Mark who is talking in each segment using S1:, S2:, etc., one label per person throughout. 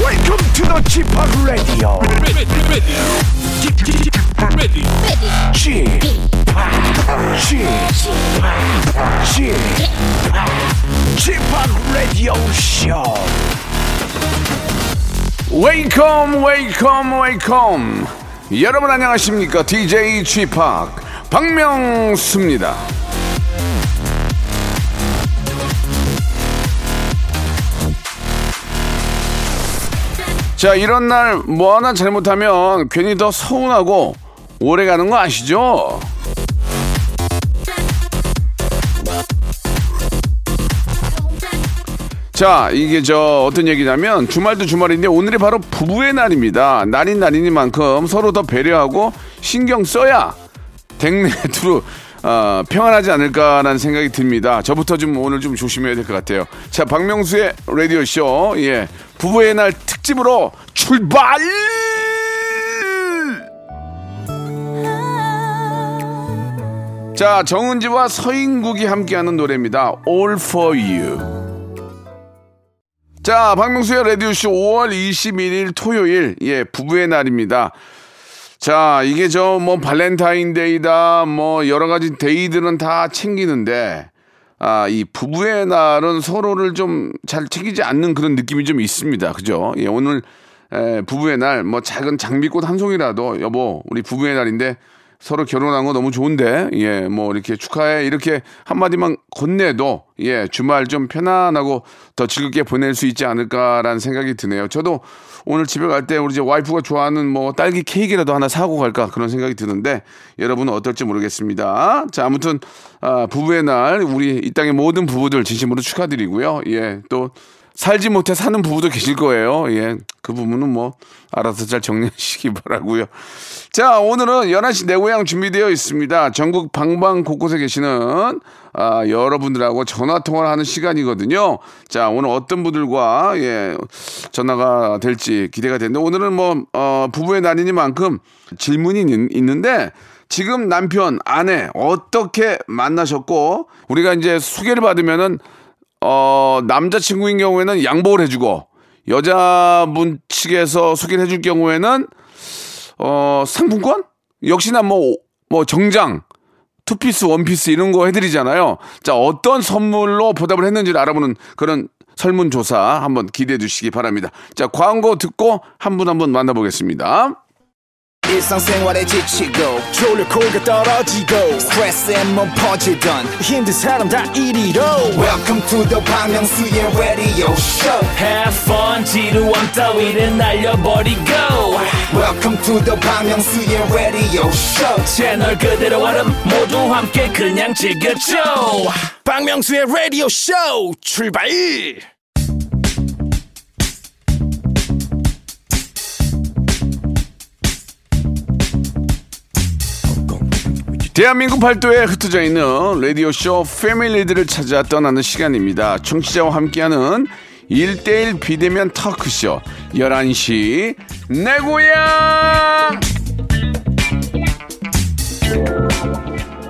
S1: Welcome to the Chip Radio.
S2: ready, ready, ready, ready.
S1: Chip, Chip, Chip, Chip Radio Show. Welcome, welcome, welcome. 여러분 안녕하십니까? DJ Chip 박명수입니다. 자 이런 날 뭐 하나 잘못하면 괜히 더 서운하고 오래 가는 거 아시죠? 자 이게 저 어떤 얘기냐면 주말도 주말인데 오늘이 바로 부부의 날입니다. 날인 날이니만큼 서로 더 배려하고 신경 써야 댕내두루 어, 평안하지 않을까라는 생각이 듭니다. 저부터 좀 오늘 좀 조심해야 될 것 같아요. 자, 박명수의 라디오 쇼, 예, 부부의 날 특집으로 출발! 자, 정은지와 서인국이 함께하는 노래입니다. All for you. 자, 박명수의 라디오쇼 5월 21일 토요일, 예, 부부의 날입니다. 자, 이게 저 뭐 발렌타인데이다, 뭐 여러 가지 데이들은 다 챙기는데, 아, 이 부부의 날은 서로를 좀 잘 챙기지 않는 그런 느낌이 좀 있습니다. 그죠? 예, 오늘 에, 부부의 날, 뭐 작은 장미꽃 한 송이라도, 여보, 우리 부부의 날인데 서로 결혼한 거 너무 좋은데, 예, 뭐 이렇게 축하해. 이렇게 한마디만 건네도, 예, 주말 좀 편안하고 더 즐겁게 보낼 수 있지 않을까라는 생각이 드네요. 저도 오늘 집에 갈 때 우리 이제 와이프가 좋아하는 뭐 딸기 케이크라도 하나 사고 갈까 그런 생각이 드는데 여러분은 어떨지 모르겠습니다. 자, 아무튼, 아, 부부의 날, 우리 이 땅의 모든 부부들 진심으로 축하드리고요. 예, 또 살지 못해 사는 부부도 계실 거예요. 예. 그 부분은 뭐 알아서 잘 정리하시기 바라고요. 자, 오늘은 11시 내 고향 준비되어 있습니다. 전국 방방 곳곳에 계시는 아, 여러분들하고 전화 통화를 하는 시간이거든요. 자, 오늘 어떤 분들과 예, 전화가 될지 기대가 되는데 오늘은 뭐 어, 부부의 날이니만큼 질문이 있- 있는데 지금 남편, 아내 어떻게 만나셨고 우리가 이제 소개를 받으면은 어, 남자친구인 경우에는 양보를 해주고, 여자분 측에서 소개를 해줄 경우에는, 어, 상품권? 역시나 뭐, 뭐, 정장, 투피스, 원피스 이런 거 해드리잖아요. 자, 어떤 선물로 보답을 했는지를 알아보는 그런 설문조사 한번 기대해 주시기 바랍니다. 자, 광고 듣고 한 분 한 분 만나보겠습니다.
S3: 일상생활에 지치고, 졸려 코가 떨어지고, 스트레스에 몸 퍼지던, 힘든 사람 다 이리로. welcome to the Bang Myung-soo's radio show
S4: Have fun 지루함 따위를 날려버리고
S3: welcome to the Bang Myung-soo's radio show
S4: 채널 그대로 얼음 모두 함께 그냥 즐겨줘
S2: 박명수의 라디오 쇼 출발!
S1: 대한민국 팔도에 흩어져 있는 라디오쇼 패밀리들을 찾아 떠나는 시간입니다. 청취자와 함께하는 일대일 비대면 터크쇼 11시 내 고향!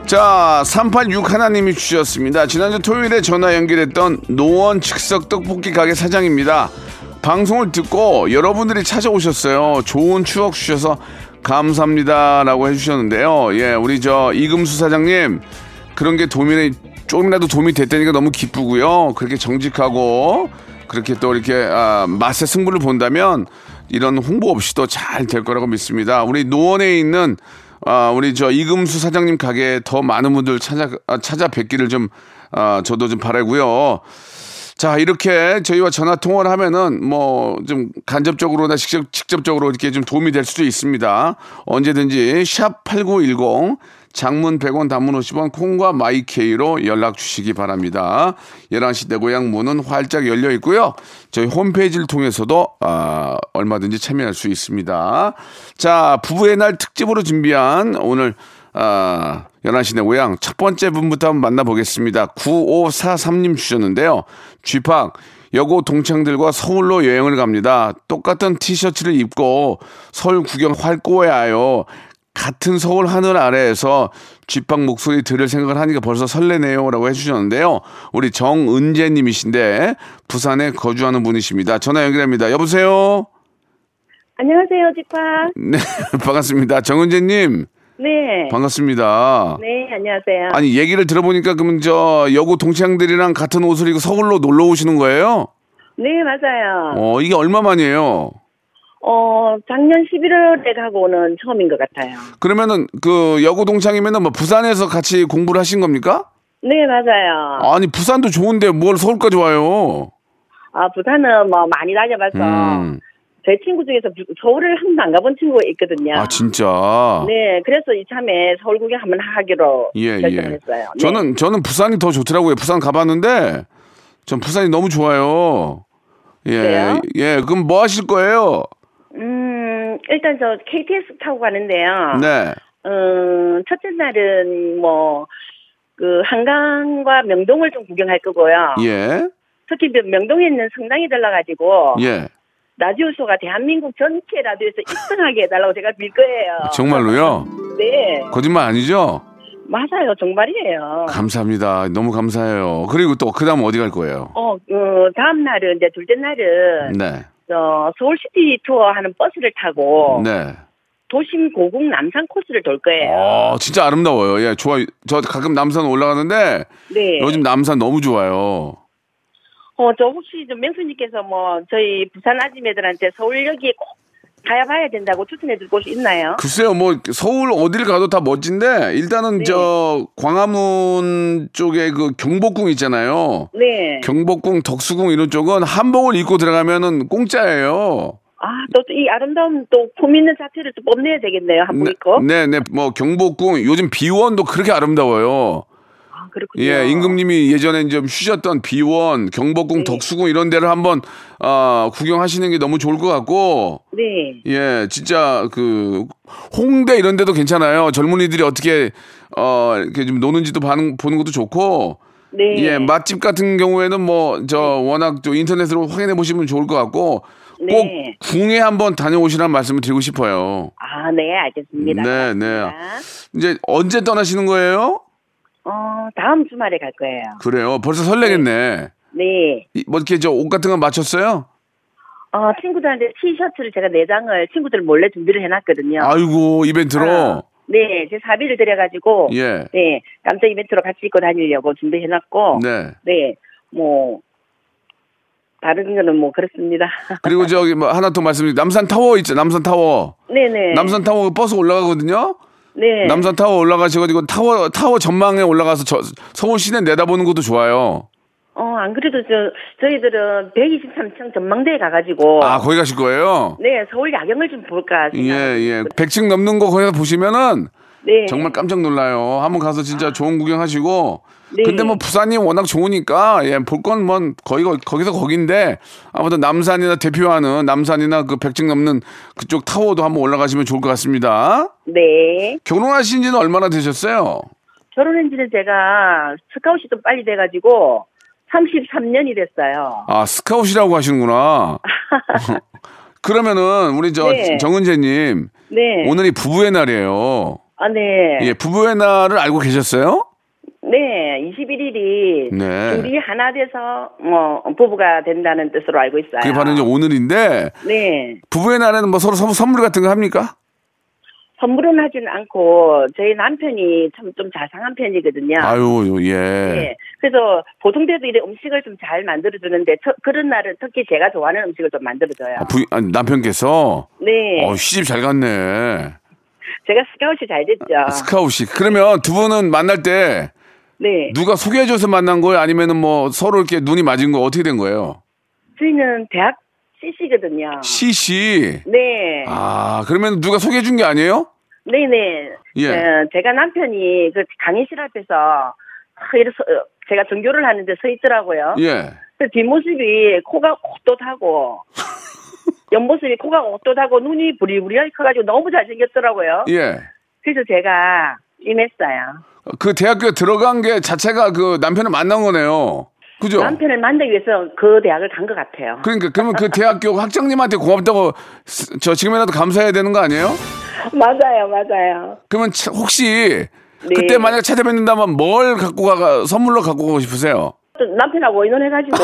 S1: 자, 386 하나님이 주셨습니다. 지난주 토요일에 전화 연결했던 노원 즉석 떡볶이 가게 사장입니다. 방송을 듣고 여러분들이 찾아오셨어요. 좋은 추억 주셔서 감사합니다라고 해주셨는데요. 예, 우리 저 이금수 사장님 그런 게 도움이 조금이라도 도움이 됐다니까 너무 기쁘고요. 그렇게 정직하고 그렇게 또 이렇게 아, 맛의 승부를 본다면 이런 홍보 없이도 잘 될 거라고 믿습니다. 우리 노원에 있는 아, 우리 저 이금수 사장님 가게 더 많은 분들 찾아 아, 찾아뵙기를 좀 아, 저도 좀 바라고요. 자, 이렇게 저희와 전화 통화를 하면은 뭐 좀 간접적으로나 직접 직접적으로 이렇게 좀 도움이 될 수도 있습니다. 언제든지 샵 8910 장문 100원 단문 50원 콩과 마이케이로 연락 주시기 바랍니다. 11시 내 고향 문은 활짝 열려 있고요. 저희 홈페이지를 통해서도 아, 얼마든지 참여할 수 있습니다. 자, 부부의 날 특집으로 준비한 오늘 아, 연하신의 고향 첫 번째 분부터 한번 만나보겠습니다. 9543님 주셨는데요. 쥐팍, 여고 동창들과 서울로 여행을 갑니다. 똑같은 티셔츠를 입고 서울 구경 활 꼬야요. 같은 서울 하늘 아래에서 쥐팍 목소리 들을 생각을 하니까 벌써 설레네요. 라고 해주셨는데요. 우리 정은재님이신데, 부산에 거주하는 분이십니다. 전화 연결합니다. 여보세요?
S5: 안녕하세요, 지파.
S1: 네, 반갑습니다. 정은재님,
S5: 네.
S1: 반갑습니다.
S5: 네, 안녕하세요.
S1: 아니, 얘기를 들어보니까, 그럼 저, 여고 동창들이랑 같은 옷을 입고 서울로 놀러 오시는 거예요?
S5: 네, 맞아요.
S1: 어, 이게 얼마 만이에요?
S5: 어, 작년 11월에 가고는 처음인 것 같아요.
S1: 그러면은, 그, 여고 동창이면은 뭐, 부산에서 같이 공부를 하신 겁니까?
S5: 네, 맞아요.
S1: 아니, 부산도 좋은데 뭘 서울까지 와요?
S5: 아, 부산은 뭐 많이 다녀봐서
S1: 음.
S5: 제 친구 중에서 부- 서울을 한 번도 안 가본 친구가 있거든요.
S1: 아, 진짜?
S5: 네, 그래서 이참에 서울 구경 한번 하기로
S1: 예,
S5: 결정을
S1: 예.
S5: 했어요. 네.
S1: 저는, 저는 부산이 더 좋더라고요. 부산 가봤는데, 전 부산이 너무 좋아요. 예.
S5: 그래요?
S1: 예, 그럼 뭐 하실 거예요?
S5: 음, 일단 저 KTX 타고 가는데요.
S1: 네.
S5: 음, 첫째 날은 뭐, 그, 한강과 명동을 좀 구경할 거고요.
S1: 예.
S5: 특히 명- 명동에 있는 성당이 달라가지고
S1: 예.
S5: 라디오쇼가 대한민국 전체 라디오에서 1등하게 해달라고 제가 빌 거예요.
S1: 정말로요?
S5: 네,
S1: 거짓말 아니죠?
S5: 맞아요, 정말이에요.
S1: 감사합니다. 너무 감사해요. 그리고 또 그다음 어디 갈 거예요?
S5: 어, 어, 다음 날은 이제 둘째 날은
S1: 네.
S5: 어, 서울시티 투어 하는 버스를 타고
S1: 네.
S5: 도심 고궁 남산 코스를 돌 거예요.
S1: 아, 진짜 아름다워요. 예, 좋아요. 저 가끔 남산 올라가는데
S5: 네.
S1: 어, 요즘 남산 너무 좋아요.
S5: 어, 저 혹시 좀 명수님께서 뭐 저희 부산 아지매들한테 서울역에 꼭 가야 봐야 된다고 추천해 줄 곳이 있나요?
S1: 글쎄요, 뭐 서울 어딜 가도 다 멋진데 일단은
S5: 네.
S1: 저 광화문 쪽에 그 경복궁 있잖아요.
S5: 네.
S1: 경복궁, 덕수궁 이런 쪽은 한복을 입고 들어가면은 공짜예요.
S5: 아, 또 이 아름다운 또 품 있는 자체를 또 뽐내야 되겠네요. 한번 있고.
S1: 네, 네, 뭐 경복궁 요즘 비원도 그렇게 아름다워요.
S5: 아, 그렇군요. 네.
S1: 예, 임금님이 예전에 좀 쉬셨던 비원, 경복궁, 덕수궁 이런 데를 한번 아, 구경하시는 게 너무 좋을 것 같고
S5: 네.
S1: 예, 진짜 그 홍대 이런 데도 괜찮아요. 젊은이들이 어떻게 어 이렇게 좀 노는지도 보는, 보는 것도 좋고
S5: 네.
S1: 예, 맛집 같은 경우에는 뭐 저 워낙 또 인터넷으로 확인해 보시면 좋을 것 같고 꼭
S5: 네.
S1: 궁에 한번 다녀오시라는 말씀을 드리고 싶어요.
S5: 아, 네, 알겠습니다.
S1: 네, 네.
S5: 감사합니다.
S1: 이제 언제 떠나시는 거예요?
S5: 어, 다음 주말에 갈 거예요.
S1: 그래요. 벌써 설레겠네.
S5: 네.
S1: 이- 뭐 이렇게 저 옷 같은 거 맞췄어요?
S5: 어, 친구들한테 티셔츠를 제가 네 장을 친구들 몰래 준비를 해놨거든요.
S1: 아이고 이벤트로
S5: 아, 네, 제 사비를 들여가지고
S1: 예,
S5: 네, 깜짝 이벤트로 같이 입고 다니려고 준비해놨고
S1: 네.
S5: 네, 뭐 다른 거는 뭐 그렇습니다.
S1: 그리고 저기 뭐 하나 더 말씀드리 남산 타워 있죠. 남산 타워.
S5: 네, 네.
S1: 남산 타워 버스 올라가거든요.
S5: 네.
S1: 남산 타워 올라가셔가지고 타워 타워 전망에 올라가서 저, 서울 시내 내다보는 것도 좋아요.
S5: 어, 안 그래도 저, 저희들은 123층 전망대에 가가지고.
S1: 아 거기 가실 거예요?
S5: 네, 서울 야경을 좀 볼까.
S1: 예
S5: 생각하고
S1: 예. 100층 넘는 거 거기서 보시면은
S5: 네. 아.
S1: 정말 깜짝 놀라요. 한번 가서 진짜 좋은 구경하시고.
S5: 네.
S1: 근데 뭐 부산이 워낙 좋으니까 예, 볼 건 뭐 거기 거기서 거긴데 아무튼 남산이나 대표하는 남산이나 그 100층 넘는 그쪽 타워도 한번 올라가시면 좋을 것 같습니다.
S5: 네.
S1: 결혼하신 지는 얼마나 되셨어요?
S5: 결혼한 지는 제가 스카웃이 좀 빨리 돼가지고 33년이 됐어요.
S1: 아, 스카웃이라고 하시는구나. 그러면은 우리 저
S5: 네.
S1: 정은재 님,
S5: 네.
S1: 오늘이 부부의 날이에요.
S5: 아, 네.
S1: 예, 부부의 날을 알고 계셨어요?
S5: 네. 21일이.
S1: 네.
S5: 둘이 하나 돼서, 뭐, 부부가 된다는 뜻으로 알고 있어요.
S1: 그게 바로 이제 오늘인데
S5: 네.
S1: 부부의 날에는 뭐 서로 선- 선물 같은 거 합니까?
S5: 선물은 하진 않고, 저희 남편이 참 좀 자상한 편이거든요.
S1: 아유, 예.
S5: 예. 그래서 보통 때도 이래 음식을 좀 잘 만들어주는데 저- 그런 날은 특히 제가 좋아하는 음식을 좀 만들어줘요.
S1: 아, 부, 아, 남편께서
S5: 네,
S1: 어, 시집 잘 갔네.
S5: 제가 스카웃이 잘 됐죠.
S1: 아, 스카웃이. 그러면 두 분은 만날 때
S5: 네,
S1: 누가 소개해 줘서 만난 거예요? 아니면은 뭐 서로 이렇게 눈이 맞은 거 어떻게 된 거예요?
S5: 저희는 대학 CC거든요.
S1: 아. 시시.
S5: 네,
S1: 아, 그러면 누가 소개해 준 게 아니에요?
S5: 네, 네.
S1: 예.
S5: 제가 남편이 그 강의실 앞에서 아, 이래서 어, 제가 전교를 하는데 서 있더라고요.
S1: 예.
S5: 그 뒷모습이 코가 옷도하고 옆모습이 코가 옷도하고 눈이 부리부리하게 커가지고 너무 잘생겼더라고요.
S1: 예.
S5: 그래서 제가 임했어요.
S1: 그 대학교에 들어간 게 자체가 그 남편을 만난 거네요. 그죠?
S5: 남편을 만나기 위해서 그 대학을 간 것 같아요.
S1: 그러니까 그러면 그 대학교 학장님한테 고맙다고 스- 저 지금이라도 감사해야 되는 거 아니에요?
S5: 맞아요, 맞아요.
S1: 그러면 차- 혹시
S5: 네.
S1: 그때 만약 찾아뵙는다면 뭘 갖고 가 선물로 갖고 가고 싶으세요?
S5: 또 남편하고 의논해가지고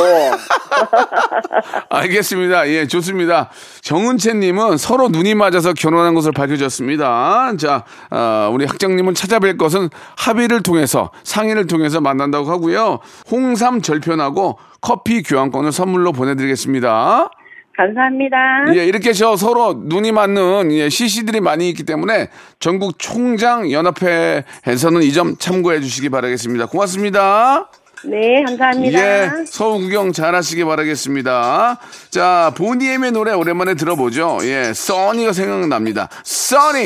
S1: 알겠습니다. 예, 좋습니다. 정은채님은 서로 눈이 맞아서 결혼한 것을 밝혀졌습니다. 자, 아, 우리 학장님은 찾아뵐 것은 합의를 통해서 상의를 통해서 만난다고 하고요. 홍삼 절편하고 커피 교환권을 선물로 보내드리겠습니다.
S5: 감사합니다.
S1: 예, 이렇게 저 서로 눈이 맞는 예, CC들이 많이 있기 때문에 전국 총장 연합회에서는 이 점 참고해 주시기 바라겠습니다. 고맙습니다.
S5: 네, 감사합니다.
S1: 예, 서울 구경 잘 하시기 바라겠습니다. 자, 보니엠의 노래 오랜만에 들어보죠. 예, 써니가 생각납니다. 써니!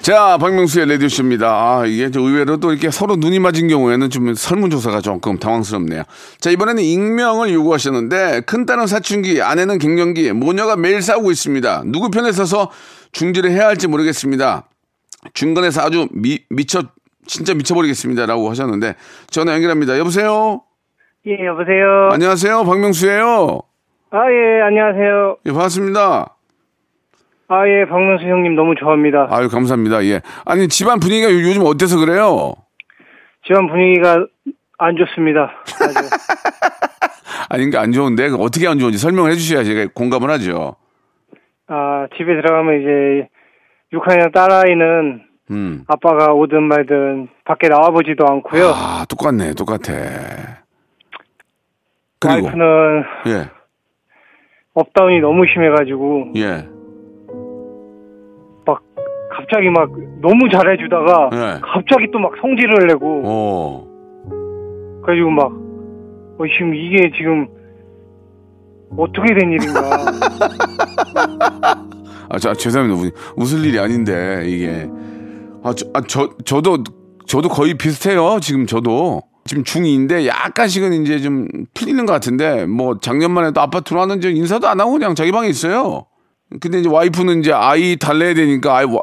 S1: 자, 박명수의 레디오쇼입니다. 아, 이게 저 의외로 또 이렇게 서로 눈이 맞은 경우에는 좀 설문조사가 조금 당황스럽네요. 자, 이번에는 익명을 요구하셨는데, 큰딸은 사춘기, 아내는 갱년기, 모녀가 매일 싸우고 있습니다. 누구 편에 서서 중지를 해야 할지 모르겠습니다. 중간에서 아주 미, 미쳐 진짜 미쳐버리겠습니다라고 하셨는데 전화 연결합니다. 여보세요.
S6: 예, 여보세요.
S1: 안녕하세요, 박명수예요.
S6: 아, 예, 안녕하세요.
S1: 예, 반갑습니다.
S6: 아, 예, 박명수 형님 너무 좋아합니다.
S1: 아유 감사합니다. 예. 아니 집안 분위기가 요- 요즘 어때서 그래요?
S6: 집안 분위기가 안 좋습니다. 아주.
S1: 아니 그러니까 안 좋은데 그 어떻게 안 좋은지 설명을 해주셔야 제가 공감을 하죠.
S6: 아, 집에 들어가면 이제 6학년 딸아이는
S1: 음.
S6: 아빠가 오든 말든 밖에 나와보지도 않고요.
S1: 아 똑같네, 똑같아. 그리고
S6: 와이프는
S1: 예,
S6: 업다운이 너무 심해가지고
S1: 예,
S6: 막 갑자기 막 너무 잘해주다가
S1: 네. 어.
S6: 갑자기 또 막 성질을 내고
S1: 오,
S6: 그래가지고 막 어, 지금 이게 지금 어떻게 된 일인가.
S1: 아, 저, 죄송합니다. 우- 웃을 일이 아닌데 이게 아, 저, 아, 저 저도 저도 거의 비슷해요. 지금 저도 지금 중2인데 약간씩은 이제 좀 풀리는 것 같은데 뭐 작년만 해도 아빠 들어왔는지 인사도 안 하고 그냥 자기 방에 있어요. 근데 이제 와이프는 이제 아이 달래야 되니까 아이 와-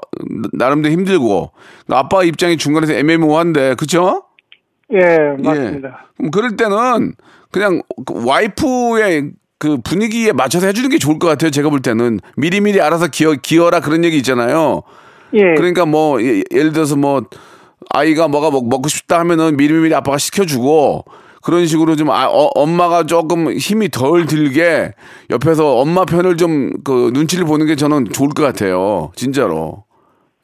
S1: 나름대로 힘들고 아빠 입장이 중간에서 애매모호한데 그쵸?
S6: 예, 맞습니다.
S1: 예. 그럼 그럴 때는 그냥 그 와이프의 그 분위기에 맞춰서 해주는 게 좋을 것 같아요. 제가 볼 때는 미리미리 알아서 기어 기어라 그런 얘기 있잖아요.
S6: 예.
S1: 그러니까 뭐 예, 를 들어서 뭐 아이가 뭐가 먹, 먹고 싶다 하면은 미리미리 아빠가 시켜주고 그런 식으로 좀 아, 어, 엄마가 조금 힘이 덜 들게 옆에서 엄마 편을 좀 그 눈치를 보는 게 저는 좋을 것 같아요. 진짜로.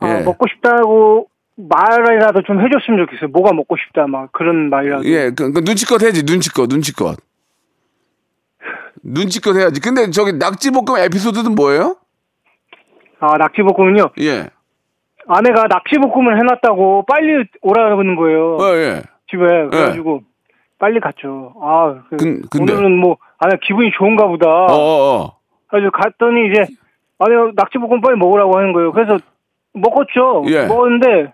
S1: 예.
S6: 아, 먹고 싶다고 말이라도 좀 해줬으면 좋겠어요. 뭐가 먹고 싶다, 막 그런 말이라도.
S1: 예, 그, 그 눈치껏 해야지 눈치껏 눈치껏 눈치껏 해야지. 근데 저기 낙지볶음 에피소드는 뭐예요?
S6: 아, 낙지볶음은요.
S1: 예,
S6: 아내가 낙지볶음을 해놨다고 빨리 오라는 거예요.
S1: 어, 예.
S6: 집에. 그래가지고 빨리 갔죠. 아, 그,
S1: 근- 근데-
S6: 오늘은 뭐, 아내 기분이 좋은가 보다.
S1: 어, 어, 어.
S6: 그래서 갔더니 이제 아내가 낙지볶음 빨리 먹으라고 하는 거예요. 그래서 먹었죠.
S1: 예.
S6: 먹었는데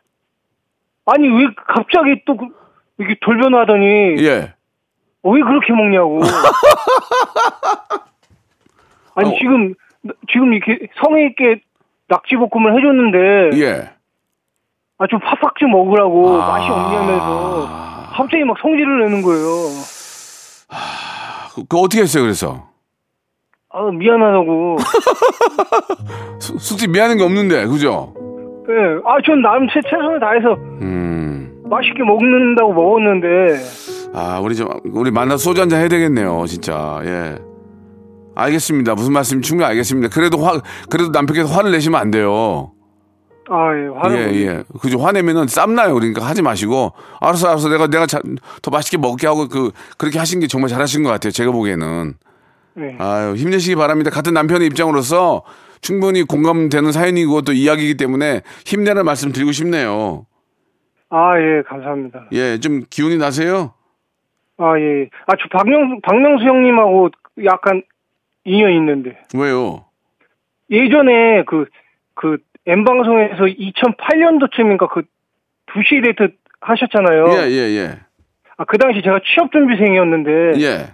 S6: 아니, 왜 갑자기 또 그- 이렇게 돌변하더니
S1: 예.
S6: 왜 그렇게 먹냐고. 아니
S1: 어.
S6: 지금 지금 이렇게 성의 있게 낙지볶음을 해줬는데
S1: 예.
S6: 아 좀 팍팍 좀 먹으라고
S1: 아.
S6: 어, 맛이 없냐면서 갑자기 막 성질을 내는 거예요.
S1: 그, 그 어떻게 했어요? 그래서
S6: 아 미안하다고.
S1: 수- 솔직히 미안한 게 없는데, 그죠?
S6: 예, 아전 나름 최, 최선을 다해서
S1: 음.
S6: 맛있게 먹는다고 먹었는데
S1: 아, 우리 좀 우리 만나 소주 한잔 해야 되겠네요, 진짜. 예. 알겠습니다. 무슨 말씀 충분히 알겠습니다. 그래도 화 그래도 남편께서 화를 내시면 안 돼요.
S6: 아 예, 화를
S1: 예, 예. 그죠. 화내면은 쌈나요. 그러니까 하지 마시고. 알았어, 알았어. 내가, 내가 자- 더 맛있게 먹게 하고 그, 그렇게 하신 게 정말 잘하신 것 같아요. 제가 보기에는.
S6: 네.
S1: 아유, 힘내시기 바랍니다. 같은 남편의 입장으로서 충분히 공감되는 사연이고 또 이야기이기 때문에 힘내라는 말씀 드리고 싶네요.
S6: 아 예, 감사합니다.
S1: 예, 좀 기운이 나세요?
S6: 아 예, 아 저 박명 박명수 형님하고 약간 인연 있는데.
S1: 왜요?
S6: 예전에 그, 그, M방송에서 2008년도쯤인가 그 2시 데이트 하셨잖아요.
S1: 예, 예,
S6: 아, 그 당시 제가 취업준비생이었는데,
S1: 예. 예,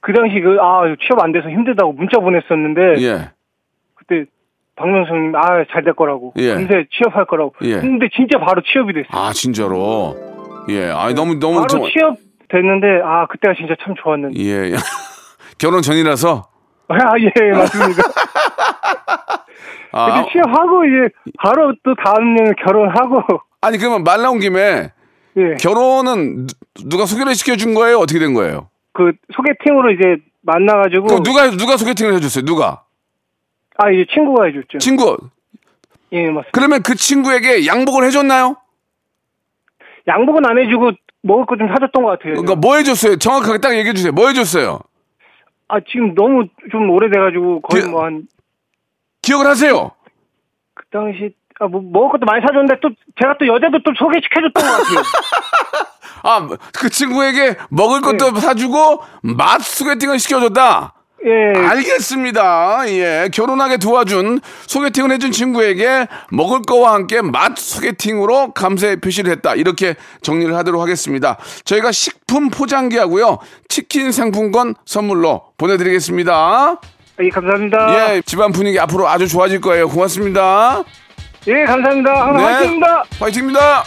S6: 그 당시 그, 아, 취업 안 돼서 힘들다고 문자 보냈었는데,
S1: 예.
S6: 그때 박명수님, 아, 잘 될 거라고.
S1: 예.
S6: 근데 취업할 거라고.
S1: 예.
S6: 근데 진짜 바로 취업이 됐어요.
S1: 아, 진짜로. 예. 아니, 너무, 너무.
S6: 바로
S1: 정말-
S6: 취업 됐는데, 아, 그때가 진짜 참 좋았는데.
S1: 예. 결혼 전이라서.
S6: 아, 예, 맞습니다.
S1: 아,
S6: 예. 근데 취업하고, 이제, 바로 또 다음 년 결혼하고,
S1: 아니 그러면 말 나온 김에
S6: 예.
S1: 결혼은 누- 누가 소개를 시켜준 거예요? 어떻게 된 거예요?
S6: 그 소개팅으로 이제 만나가지고
S1: 그럼 누가 누가 소개팅을 해줬어요? 누가
S6: 아 이제 친구가 해줬죠.
S1: 친구?
S6: 예 맞습니다.
S1: 그러면 그 친구에게 양복을 해줬나요?
S6: 양복은 안 해주고 먹을 거 좀 사줬던 것 같아요.
S1: 그러니까 뭐 해줬어요? 정확하게 딱 얘기해 주세요. 뭐 해줬어요?
S6: 아 지금 너무 좀 오래돼가지고 거의
S1: 그-
S6: 뭐 한 그
S1: 기억을 하세요.
S6: 당시 아, 뭐 먹을 것도 많이 사줬는데 또 제가 또 여자도 또 소개시켜줬던 것 같아요.
S1: 아 그 친구에게 먹을 것도 사주고 맛 소개팅을 시켜줬다.
S6: 예.
S1: 알겠습니다. 예, 결혼하게 도와준 소개팅을 해준 친구에게 먹을 거와 함께 맛 소개팅으로 감사의 표시를 했다. 이렇게 정리를 하도록 하겠습니다. 저희가 식품 포장기하고요, 치킨 상품권 선물로 보내드리겠습니다.
S6: 예 감사합니다. 예,
S1: 예, 집안 분위기 앞으로 아주 좋아질 거예요. 고맙습니다.
S6: 예, 감사합니다.
S1: 네.
S6: 항상 화이팅입니다.
S1: 화이팅입니다.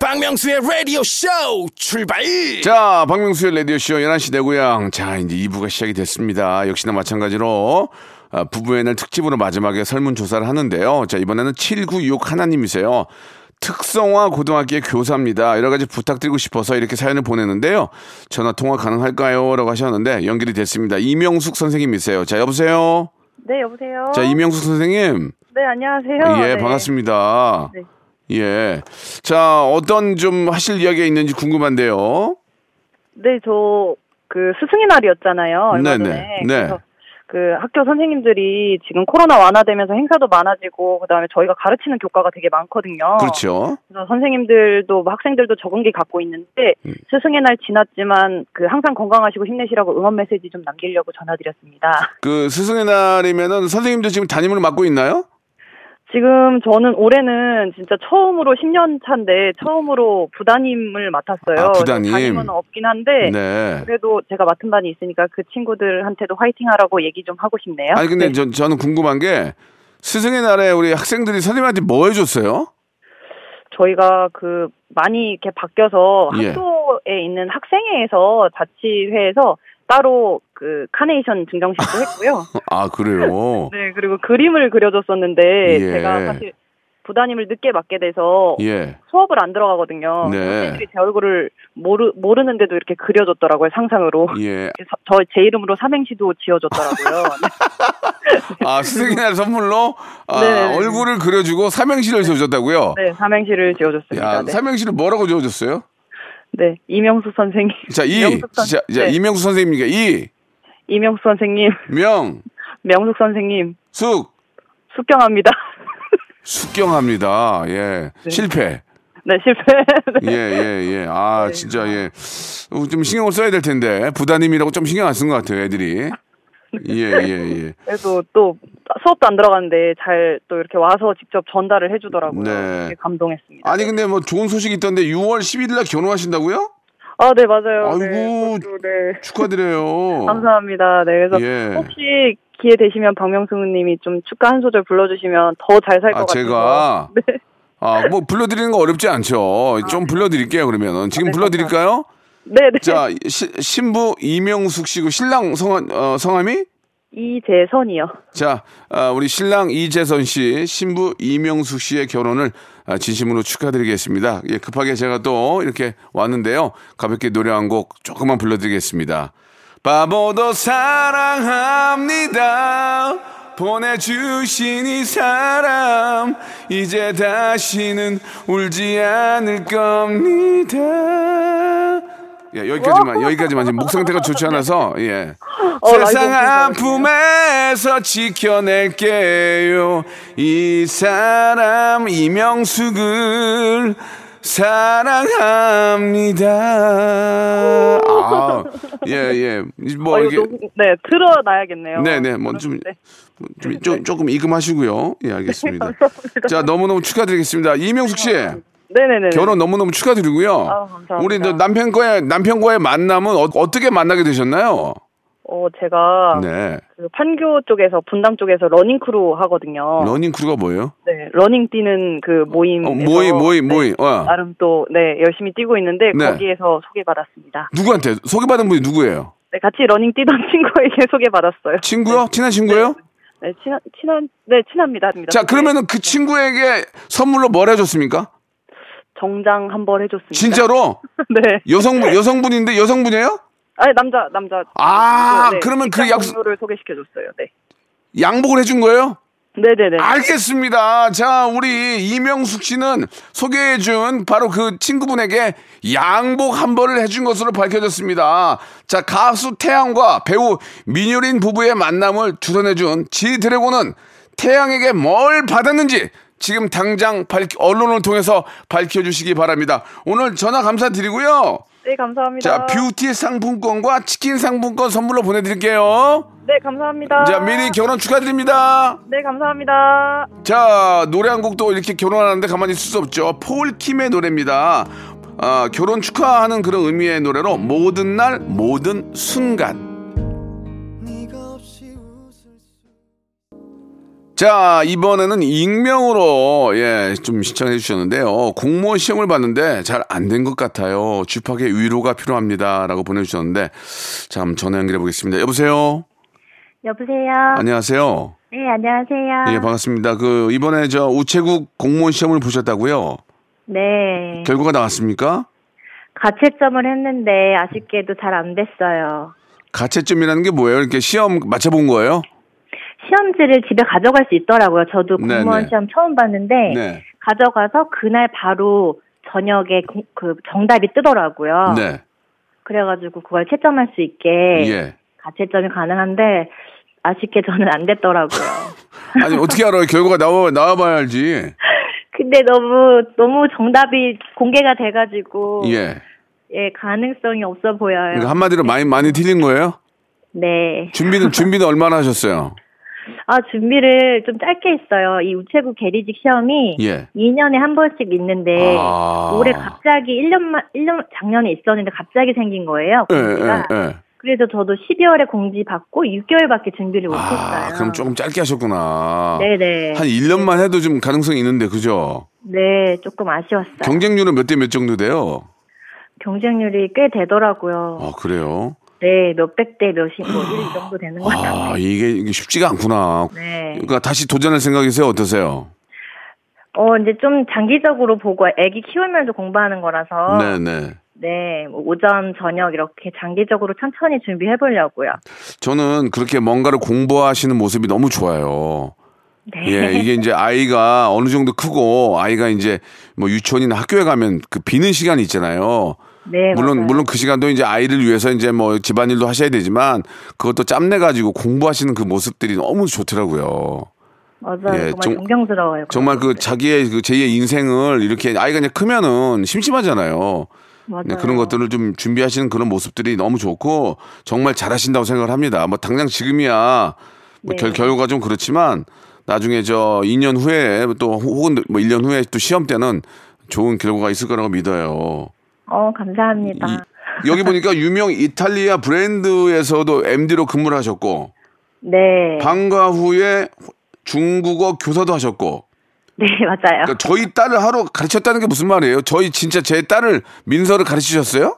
S3: 박명수의 라디오 쇼 출발.
S1: 자, 박명수의 라디오쇼 11시 내고향. 자, 이제 2부가 시작이 됐습니다. 역시나 마찬가지로 아, 부부의 날 특집으로 마지막에 설문조사를 하는데요. 자, 이번에는 796 하나님이세요. 특성화 고등학교의 교사입니다. 여러 가지 부탁드리고 싶어서 이렇게 사연을 보냈는데요. 전화 통화 가능할까요? 라고 하셨는데 연결이 됐습니다. 이명숙 선생님이세요. 자, 여보세요?
S7: 네, 여보세요.
S1: 자, 이명숙 선생님.
S7: 네, 안녕하세요.
S1: 예,
S7: 네.
S1: 반갑습니다.
S7: 네.
S1: 예. 자, 어떤 좀 하실 이야기가 있는지 궁금한데요.
S7: 네, 저 그 스승의 날이었잖아요. 얼마
S1: 네네,
S7: 전에.
S1: 네.
S7: 그래서 그 학교 선생님들이 지금 코로나 완화되면서 행사도 많아지고 그다음에 저희가 가르치는 교과가 되게 많거든요.
S1: 그렇죠.
S7: 그래서 선생님들도 뭐 학생들도 적은 게 갖고 있는데
S1: 음.
S7: 스승의 날 지났지만 그 항상 건강하시고 힘내시라고 응원 메시지 좀 남기려고 전화드렸습니다.
S1: 그 스승의 날이면은 선생님도 지금 담임을 맡고 있나요?
S7: 지금 저는 올해는 진짜 처음으로 10년 차인데 처음으로 부단임을 맡았어요.
S1: 아, 부단임.
S7: 담임은 없긴 한데
S1: 네.
S7: 그래도 제가 맡은 반이 있으니까 그 친구들한테도 화이팅하라고 얘기 좀 하고 싶네요.
S1: 아니 근데
S7: 네.
S1: 저, 저는 궁금한 게 스승의 날에 우리 학생들이 선생님한테 뭐 해줬어요?
S7: 저희가 그 많이 이렇게 바뀌어서
S1: 예.
S7: 학교에 있는 학생회에서 자치회에서 따로 그 카네이션 증정식도 했고요.
S1: 아 그래요.
S7: 네 그리고 그림을 그려줬었는데
S1: 예.
S7: 제가 사실 부단임을 늦게 맡게 돼서
S1: 예.
S7: 수업을 안 들어가거든요.
S1: 네.
S7: 선생님들이 제 얼굴을 모르 모르는데도 이렇게 그려줬더라고요 상상으로.
S1: 예.
S7: 저 제 이름으로 삼행시도 지어줬더라고요. 네.
S1: 아 스승의 날 선물로 아,
S7: 네네네.
S1: 얼굴을 그려주고 삼행시를 지어줬다고요.
S7: 네, 삼행시를 지어줬습니다.
S1: 야
S7: 네.
S1: 삼행시를 뭐라고 지어줬어요?
S7: 네, 이명수 선생님.
S1: 자 이.
S7: 이명숙 선-
S1: 자, 자
S7: 네.
S1: 이명수 선생님이니까 이.
S7: 이명수 선생님,
S1: 명.
S7: 명숙 선생님,
S1: 숙.
S7: 숙경합니다.
S1: 숙경합니다. 예. 실패.
S7: 네, 실패.
S1: 예,
S7: 네.
S1: 예, 예. 아, 진짜, 예. 어, 좀 신경을 써야 될 텐데. 부단임이라고 좀 신경 안 쓴 것 같아요, 애들이. 예, 예, 예.
S7: 그래도 또 수업도 안 들어갔는데 잘 또 이렇게 와서 직접 전달을 해주더라고요.
S1: 네.
S7: 되게 감동했습니다.
S1: 아니, 근데 뭐 좋은 소식이 있던데 6월 11일 날 결혼하신다고요?
S7: 아, 네, 맞아요.
S1: 아이고.
S7: 네, 그것도, 네.
S1: 축하드려요.
S7: 감사합니다. 네, 그래서
S1: 예.
S7: 혹시 기회 되시면 박명수님이 좀 축가 한 소절 불러주시면 더 잘 살 것
S1: 아,
S7: 같아서.
S1: 제가?
S7: 네.
S1: 아, 뭐 불러드리는 거 어렵지 않죠. 좀 불러드릴게요, 그러면은. 지금
S7: 아, 네,
S1: 불러드릴까요?
S7: 네, 네.
S1: 자, 시- 신부 이명숙 씨고 신랑 성함, 어, 성함이?
S7: 이재선이요.
S1: 자, 아, 우리 신랑 이재선 씨, 신부 이명숙 씨의 결혼을 아, 진심으로 축하드리겠습니다. 예, 급하게 제가 또 이렇게 왔는데요. 가볍게 노래 한 곡 조금만 불러드리겠습니다. 바보도 사랑합니다. 보내주신 이 사람, 이제 다시는 울지 않을 겁니다. 예, 여기까지만, 여기까지만 지금 목 상태가 좋지 않아서, 예.
S7: 어, 라이브
S1: 세상
S7: 엄청
S1: 아픔에서 지켜낼게요. 이 사람 이명숙을 사랑합니다. 아, 예, 예. 뭐,
S7: 어,
S1: 이게.
S7: 이거 너무, 네, 틀어놔야겠네요.
S1: 네네, 뭐 좀,
S7: 네.
S1: 좀, 좀, 조금 이금하시고요. 예, 알겠습니다. 자, 너무너무 축하드리겠습니다. 이명숙 씨,
S7: 아, 네네네.
S1: 결혼 너무너무 축하드리고요.
S7: 아, 감사합니다.
S1: 우리 저 남편과의, 남편과의 만남은 어, 어떻게 만나게 되셨나요?
S7: 어, 제가
S1: 네.
S7: 그 판교 쪽에서 분당 쪽에서 러닝 크루 하거든요.
S1: 러닝 크루가 뭐예요?
S7: 네, 러닝 뛰는 그 모임.
S1: 어, 모임, 모임,
S7: 네.
S5: 네,
S1: 모임. 어.
S7: 나름 또 네, 열심히 뛰고 있는데
S1: 네.
S7: 거기에서 소개받았습니다.
S1: 누구한테 소개받은 분이 누구예요?
S7: 네, 같이 러닝 뛰던 친구에게 소개받았어요.
S1: 친구요? 친한 친구예요?
S5: 네, 친한, 친한, 네, 친합니다.
S1: 자, 그러면은 그 친구에게 선물로 뭘 해줬습니까?
S5: 정장 한 벌 해줬습니다.
S1: 진짜로?
S5: 네.
S1: 여성분, 여성분인데 여성분이에요?
S5: 아니, 남자, 남자. 네,
S1: 아, 그러면 그
S5: 직장
S1: 약속-
S5: 동료를 소개시켜줬어요. 네.
S1: 양복을 해준 거예요?
S5: 네네네.
S1: 알겠습니다. 자, 우리 이명숙 씨는 소개해준 바로 그 친구분에게 양복 한 벌을 해준 것으로 밝혀졌습니다. 자, 가수 태양과 배우 민효린 부부의 만남을 주선해준 지 드래곤은 태양에게 뭘 받았는지 지금 당장 밝, 언론을 통해서 밝혀주시기 바랍니다. 오늘 전화 감사드리고요.
S5: 네,
S1: 자,
S5: 감사합니다.
S1: 뷰티 상품권과 치킨 상품권 선물로 보내드릴게요.
S5: 네, 감사합니다.
S1: 자, 미리 결혼 축하드립니다.
S5: 네, 감사합니다.
S1: 자 노래 한 곡도 이렇게 결혼하는데 가만히 있을 수 없죠 폴킴의 노래입니다 아, 결혼 축하하는 그런 의미의 노래로 모든 날 모든 순간 자 이번에는 익명으로 예좀 시청해 주셨는데요 공무원 시험을 봤는데 잘 안 된 것 같아요 주팍의 위로가 필요합니다라고 보내주셨는데 참 전화 연결해 보겠습니다 여보세요
S7: 여보세요.
S1: 안녕하세요
S7: 네, 안녕하세요.
S1: 예, 반갑습니다. 그 이번에 저 우체국 공무원 시험을 보셨다고요?
S7: 네.
S1: 결과가 나왔습니까?
S7: 가채점을 했는데 아쉽게도 잘 안 됐어요.
S1: 가채점이라는 게 뭐예요? 이렇게 시험 맞춰본 거예요?
S7: 시험지를 집에 가져갈 수 있더라고요. 저도
S1: 네,
S7: 공무원
S1: 네.
S7: 시험 처음 봤는데
S1: 네.
S7: 가져가서 그날 바로 저녁에 그- 그 정답이 뜨더라고요.
S1: 네.
S7: 그래가지고 그걸 채점할 수 있게
S1: 예.
S7: 가채점이 가능한데 아쉽게 저는 안 됐더라고요.
S1: 아니 어떻게 알아요? 결과가 나와 나와봐야 알지.
S7: 근데 너무 너무 정답이 공개가 돼가지고
S1: 예.
S7: 예, 가능성이 없어 보여요.
S1: 그러니까 한마디로 많이 많이 틀린 거예요?
S7: 네.
S1: 준비는 준비는 얼마나 하셨어요?
S7: 아, 준비를 좀 짧게 했어요. 이 우체국 계리직 시험이
S1: 예.
S7: 2년에 한 번씩 있는데
S1: 아.
S7: 올해 갑자기 1년만 1년 작년에 있었는데 갑자기 생긴 거예요.
S1: 예,
S7: 공지가.
S1: 예, 예.
S7: 그래서 저도 12월에 공지 받고 6개월밖에 준비를 못 했어요.
S1: 아, 그럼 조금 짧게 하셨구나.
S7: 네, 네.
S1: 한 1년만 해도 좀 가능성이 있는데 그죠?
S7: 네, 조금 아쉬웠어요.
S1: 경쟁률은 몇 대 몇 정도 돼요?
S7: 경쟁률이 꽤 되더라고요.
S1: 아, 그래요?
S7: 네, 몇백 대 몇이 뭐이 정도 되는 것 같아요.
S1: 아, 이게, 이게 쉽지가 않구나.
S7: 네.
S1: 그러니까 다시 도전할 생각이세요? 어떠세요?
S7: 어, 이제 좀 장기적으로 보고 애기 키우면서 공부하는 거라서
S1: 네, 네.
S7: 네, 뭐 오전, 저녁 이렇게 장기적으로 천천히 준비해 보려고요.
S1: 저는 그렇게 뭔가를 공부하시는 모습이 너무 좋아요.
S7: 네.
S1: 예, 이게 이제 아이가 어느 정도 크고 아이가 이제 뭐 유치원이나 학교에 가면 그 비는 시간이 있잖아요.
S7: 네,
S1: 물론
S7: 맞아요.
S1: 물론 그 시간도 이제 아이를 위해서 이제 뭐 집안일도 하셔야 되지만 그것도 짬내 가지고 공부하시는 그 모습들이 너무 좋더라고요.
S7: 맞아요.
S1: 예,
S7: 정말
S1: 정-
S7: 존경스러워요.
S1: 정말 그 자기의 그 제2의 인생을 이렇게 아이가 이제 크면은 심심하잖아요.
S7: 맞아요.
S1: 네, 그런 것들을 좀 준비하시는 그런 모습들이 너무 좋고 정말 잘하신다고 생각을 합니다. 뭐 당장 지금이야 뭐
S7: 네.
S1: 결, 결과가 좀 그렇지만 나중에 저 2년 후에 또 혹- 혹은 뭐 1년 후에 또 시험 때는 좋은 결과가 있을 거라고 믿어요.
S7: 어,
S1: 이-
S7: 감사합니다.
S1: 여기 보니까 유명 이탈리아 브랜드에서도 MD로 근무를 하셨고
S7: 네.
S1: 방과 후에 중국어 교사도 하셨고
S7: 네, 맞아요.
S1: 그러니까 저희 딸을 하루 가르쳤다는 게 무슨 말이에요? 저희 진짜 제 딸을 민서를 가르치셨어요?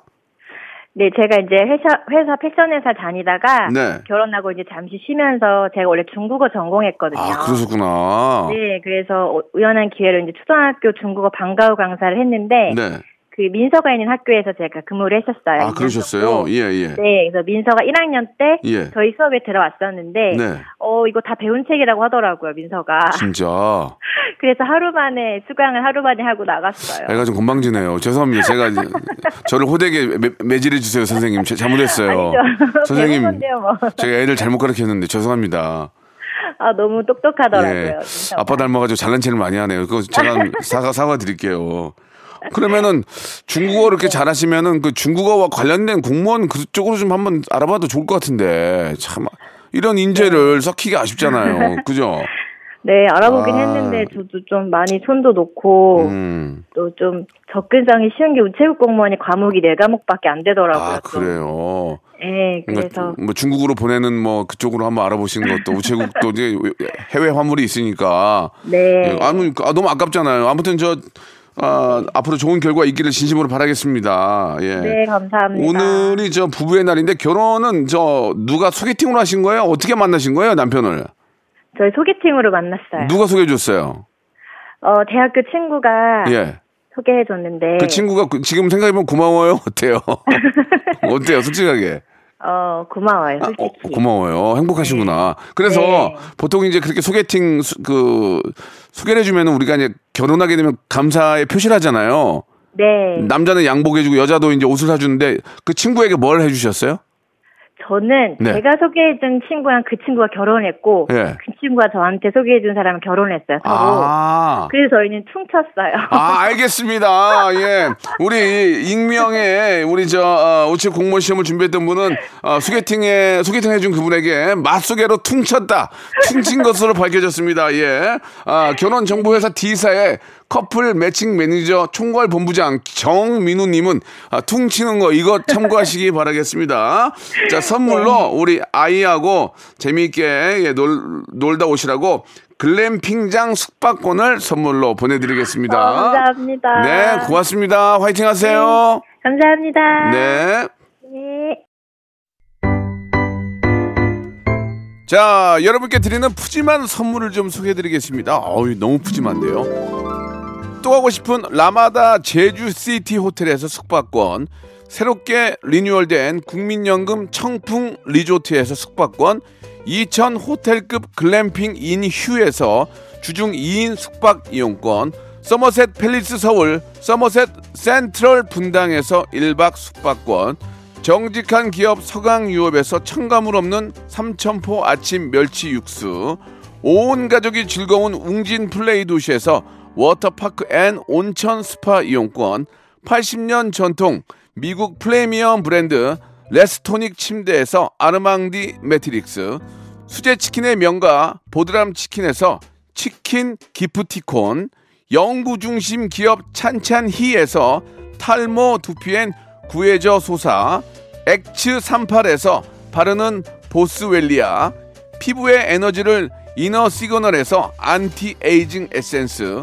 S7: 네, 제가 이제 회사 회사 패션 회사 다니다가
S1: 네.
S7: 결혼하고 이제 잠시 쉬면서 제가 원래 중국어 전공했거든요.
S1: 아 그러셨구나.
S7: 네, 그래서 어- 우연한 기회로 이제 초등학교 중국어 방과후 강사를 했는데
S1: 네.
S7: 그 민서가 있는 학교에서 제가 근무를 했었어요.
S1: 아,
S7: 2년
S1: 그러셨어요?
S7: 정도.
S1: 예, 예.
S7: 네, 그래서 민서가 1학년 때
S1: 예.
S7: 저희 수업에 들어왔었는데
S1: 네.
S7: 어 이거 다 배운 책이라고 하더라고요 민서가.
S1: 진짜.
S7: 그래서 하루 만에 수강을 하루 만에 하고 나갔어요.
S1: 애가 좀 건방지네요. 죄송합니다. 제가 이제 저를 호되게 매, 매질해 주세요, 선생님. 제- 잘못했어요.
S7: 아니죠. 배운
S1: 선생님.
S7: 건데요, 뭐.
S1: 제가 애를 잘못 가르쳤는데 죄송합니다.
S7: 아 너무
S1: 예.
S7: 똑똑하더라고요. 뭐. 민서가.
S1: 아빠 닮아가지고 잘난 체를 많이 하네요. 그거 제가 사과 사과 드릴게요. 그러면은 중국어
S7: 네.
S1: 이렇게 잘하시면은 그 중국어와 관련된 공무원 그쪽으로 좀 한번 알아봐도 좋을 것 같은데 참 이런 인재를 섞이기 아쉽잖아요. 그죠?
S7: 네 알아보긴
S1: 아.
S7: 했는데 저도 좀 많이 손도 놓고
S1: 음.
S7: 또 좀 접근성이 쉬운 게 우체국 공무원이 과목이 네 과목밖에 안 되더라고요.
S1: 아
S7: 좀.
S1: 그래요.
S7: 예,
S1: 그러니까
S7: 그래서
S1: 뭐 중국으로 보내는 뭐 그쪽으로 한번 알아보시는 것도 우체국도 이제 해외 화물이 있으니까.
S7: 네.
S1: 예, 아무 아, 너무 아깝잖아요. 아무튼 저 아, 앞으로 좋은 결과 있기를 진심으로 바라겠습니다. 예.
S7: 네 감사합니다.
S1: 오늘이 저 부부의 날인데 결혼은 저 누가 소개팅으로 하신 거예요? 어떻게 만나신 거예요 남편을?
S7: 저 저희 소개팅으로 만났어요.
S1: 누가 소개해 줬어요?
S7: 어, 대학교 친구가
S1: 예.
S7: 소개해 줬는데
S1: 그 친구가 그- 지금 생각해보면 고마워요. 어때요? 어때요? 솔직하게.
S7: 어, 고마워요.
S1: 아, 어,
S7: 솔직히.
S1: 고마워요. 어, 행복하시구나. 그래서
S7: 네.
S1: 보통 이제 그렇게 소개팅 수- 그 소개를 해주면 우리가 이제 결혼하게 되면 감사의 표시를 하잖아요.
S7: 네.
S1: 남자는 양복해주고 여자도 이제 옷을 사주는데 그 친구에게 뭘 해주셨어요?
S7: 저는
S1: 네.
S7: 제가 소개해 준 친구랑 그 친구가 결혼했고
S1: 예.
S7: 그 친구가 저한테 소개해 준 사람은 결혼했어요. 서로.
S1: 아.
S7: 그래서 저희는 퉁쳤어요.
S1: 아, 알겠습니다. 예. 우리 익명의 우리 저 어, 오치 공무원 시험을 준비했던 분은 어, 소개팅에 소개팅 해준 그분에게 맛소개로 퉁쳤다. 퉁친 것으로 밝혀졌습니다. 예. 아, 결혼 정보 회사 D사의 커플 매칭 매니저 총괄 본부장 정민우 님은 아, 퉁치는 거 이거 참고하시기 바라겠습니다. 자, 선물로 우리 아이하고 재미있게 예, 놀, 놀다 오시라고 글램핑장 숙박권을 선물로 보내드리겠습니다.
S7: 어, 감사합니다.
S1: 네, 고맙습니다. 화이팅 하세요.
S7: 감사합니다.
S1: 네.
S7: 네.
S1: 자, 여러분께 드리는 푸짐한 선물을 좀 소개해 드리겠습니다. 어우, 너무 푸짐한데요. 또 가고 싶은 라마다 제주시티 호텔에서 숙박권, 새롭게 리뉴얼된 국민연금 청풍 리조트에서 숙박권, 2000 호텔급 글램핑 인 휴에서 주중 2인 숙박 이용권, 서머셋 팰리스 서울, 서머셋 센트럴 분당에서 1박 숙박권, 정직한 기업 서강유업에서 첨가물 없는 삼천포 아침 멸치 육수 온 가족이 즐거운 웅진 플레이 도시에서 워터파크 앤 온천 스파 이용권 80년 전통 미국 프리미엄 브랜드 레스토닉 침대에서 아르망디 매트릭스 수제 치킨의 명가 보드람 치킨에서 치킨 기프티콘 연구 중심 기업 찬찬히에서 탈모 두피엔 구해저 소사 엑츠 38에서 바르는 보스웰리아 피부의 에너지를 이너 시그널에서 안티에이징 에센스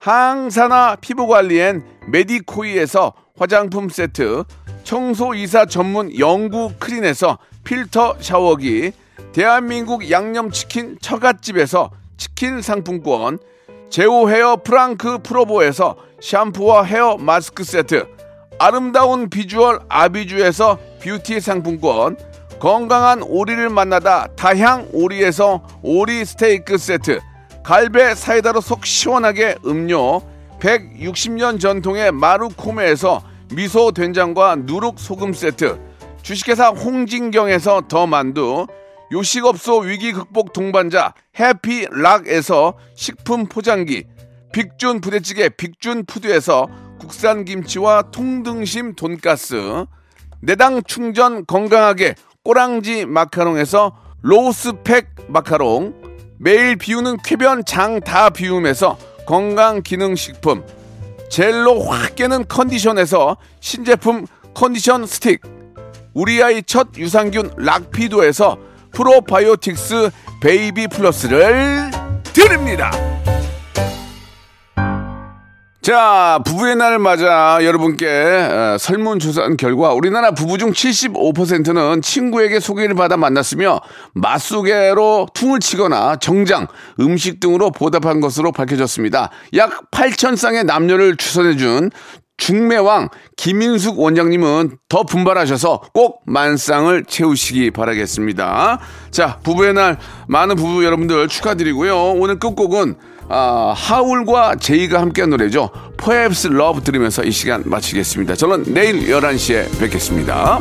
S1: 항산화 피부 관리엔 메디코이에서 화장품 세트, 청소 이사 전문 영구 크린에서 필터 샤워기, 대한민국 양념치킨 처갓집에서 치킨 상품권, 제오 헤어 프랑크 프로보에서 샴푸와 헤어 마스크 세트, 아름다운 비주얼 아비주에서 뷰티 상품권, 건강한 오리를 만나다 다향 오리에서 오리 스테이크 세트, 갈배 사이다로 속 시원하게 음료, 160년 전통의 마루코메에서 미소 된장과 누룩 소금 세트, 주식회사 홍진경에서 더 만두, 요식업소 위기 극복 동반자 해피락에서 식품 포장기, 빅준 부대찌개 빅준 푸드에서 국산 김치와 통등심 돈가스, 내당 충전 건강하게 꼬랑지 마카롱에서 로스팩 마카롱 매일 비우는 쾌변 장 다 비움에서 건강 기능 식품 젤로 확 깨는 컨디션에서 신제품 컨디션 스틱 우리 아이 첫 유산균 락피도에서 프로바이오틱스 베이비 플러스를 드립니다. 자, 부부의 날 맞아 여러분께 어, 설문조사한 결과 우리나라 부부 중 75%는 친구에게 소개를 받아 만났으며 맛소개로 퉁을 치거나 정장, 음식 등으로 보답한 것으로 밝혀졌습니다. 약 8,000쌍의 남녀를 추선해준 중매왕 김인숙 원장님은 더 분발하셔서 꼭 만쌍을 채우시기 바라겠습니다. 자, 부부의 날 많은 부부 여러분들 축하드리고요. 오늘 끝곡은 아, 하울과 제이가 함께한 노래죠. Perhaps Love 들으면서 이 시간 마치겠습니다. 저는 내일 11시에 뵙겠습니다.